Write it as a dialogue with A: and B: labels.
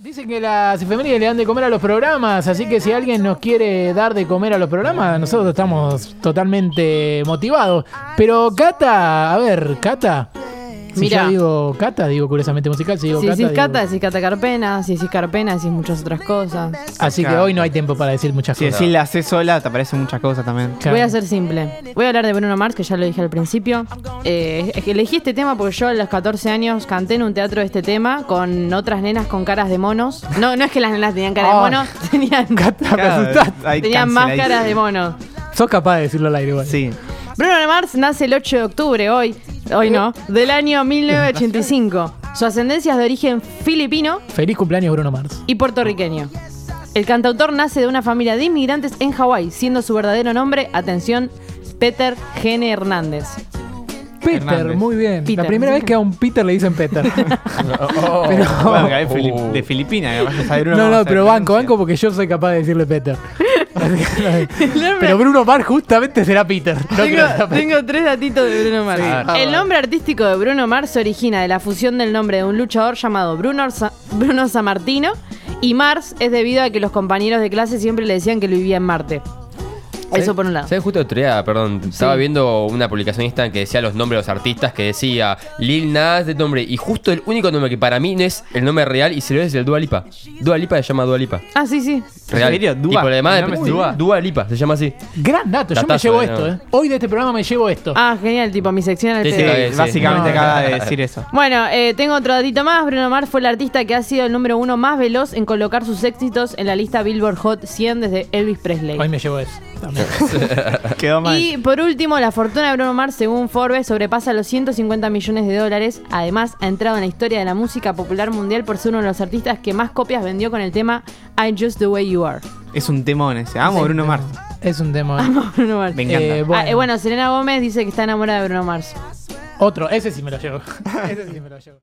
A: Dicen que las efemérides le dan de comer a los programas, así que si alguien nos quiere dar de comer a los programas, nosotros estamos totalmente motivados. Pero Cata, a ver, Cata. Si
B: Mirá.
A: yo digo Cata, digo curiosamente musical, si digo
B: Si
A: Cata.
B: decís
A: digo-
B: Cata, decís Cata Carpena, si decís Carpena, decís muchas otras cosas.
A: Así que
C: Cata.
A: hoy no hay tiempo para decir muchas
C: Si
A: cosas.
C: decís la C sola, te aparecen muchas cosas también.
A: Claro.
B: Voy a ser simple. Voy a hablar de Bruno Mars, que ya lo dije al principio. Eh, es que elegí este tema porque yo a los 14 años canté en un teatro este tema con otras nenas con caras de monos. No, no es que las nenas tenían cara de
A: Ah.
B: monos, tenían,
A: Cata, me
C: Claro,
A: asustaste.
C: hay
B: tenían máscaras de
C: canceladísimo.
B: monos.
A: Sos capaz de decirlo al aire igual.
C: Sí.
B: Bruno Mars nace el 8 de octubre, hoy, hoy no, del año 1985. Su ascendencia es de origen filipino
A: Feliz cumpleaños, Bruno Mars.
B: y puertorriqueño. El cantautor nace de una familia de inmigrantes en Hawái, siendo su verdadero nombre, atención, Peter Gene Hernández.
A: Peter,
C: Hernández.
A: muy bien. La
B: Peter.
A: primera vez que a un Peter le dicen Peter. Pero-
C: Oh, Bueno, que es
D: Oh.
C: Fili- de Filipina, capaz de saber uno
A: No,
C: cómo
A: no,
C: se
A: pero banco,
C: pronuncia.
A: banco porque yo soy capaz de decirle Peter. pero Bruno Mars justamente será Peter. No creo que sea
B: Tengo,
A: Peter.
B: tengo tres datitos de Bruno Mars. El nombre artístico de Bruno Mars se origina de la fusión del nombre de un luchador llamado Bruno, Sa- Bruno Sammartino y Mars es debido a que los compañeros de clase siempre le decían que lo vivía en Marte. Eso por un lado.
D: ¿Sabes justo otro día? Perdón, estaba viendo una publicación en Instagram que decía los nombres de los artistas, que decía Lil Nas de nombre, y justo el único nombre que para mí no es el nombre real y se lo es el Dua Lipa. Dua Lipa se llama Dua Lipa.
B: Ah, sí, sí.
D: Real.
C: serio? ¿Dua?
D: Tipo, además,
C: ¿El nombre es
D: sí,
C: Dua?
D: Dua Lipa, se llama así.
A: Gran dato, yo me
D: Datazo,
A: llevo
D: eh,
A: esto,
D: no.
A: ¿eh? Hoy de este programa me llevo esto.
B: Ah, genial, tipo mi sección al
D: Sí, sí,
B: pedo.
D: la-
C: Sí, básicamente
A: No.
C: acaba de decir eso.
B: Bueno, eh, tengo otro datito más. Bruno Mars fue el artista que ha sido el número uno más veloz en colocar sus éxitos en la lista Billboard Hot 100 desde Elvis Presley.
A: Hoy me llevo eso. también.
C: Quedó mal.
B: Y por último, la fortuna de Bruno Mars, según Forbes, sobrepasa los 150 millones de dólares. Además, ha entrado en la historia de la música popular mundial por ser uno de los artistas que más copias vendió con el tema I Just the Way You Are.
C: Es un temón ese. Amo Bruno Mars.
A: Es un tema.
B: Bruno Mars.
C: Me encanta.
A: Eh,
B: Ah,
A: bueno,
B: eh, bueno, Selena Gómez dice que está enamorada de Bruno Mars.
A: Otro, ese sí me lo llevo. Ese sí me lo llevo.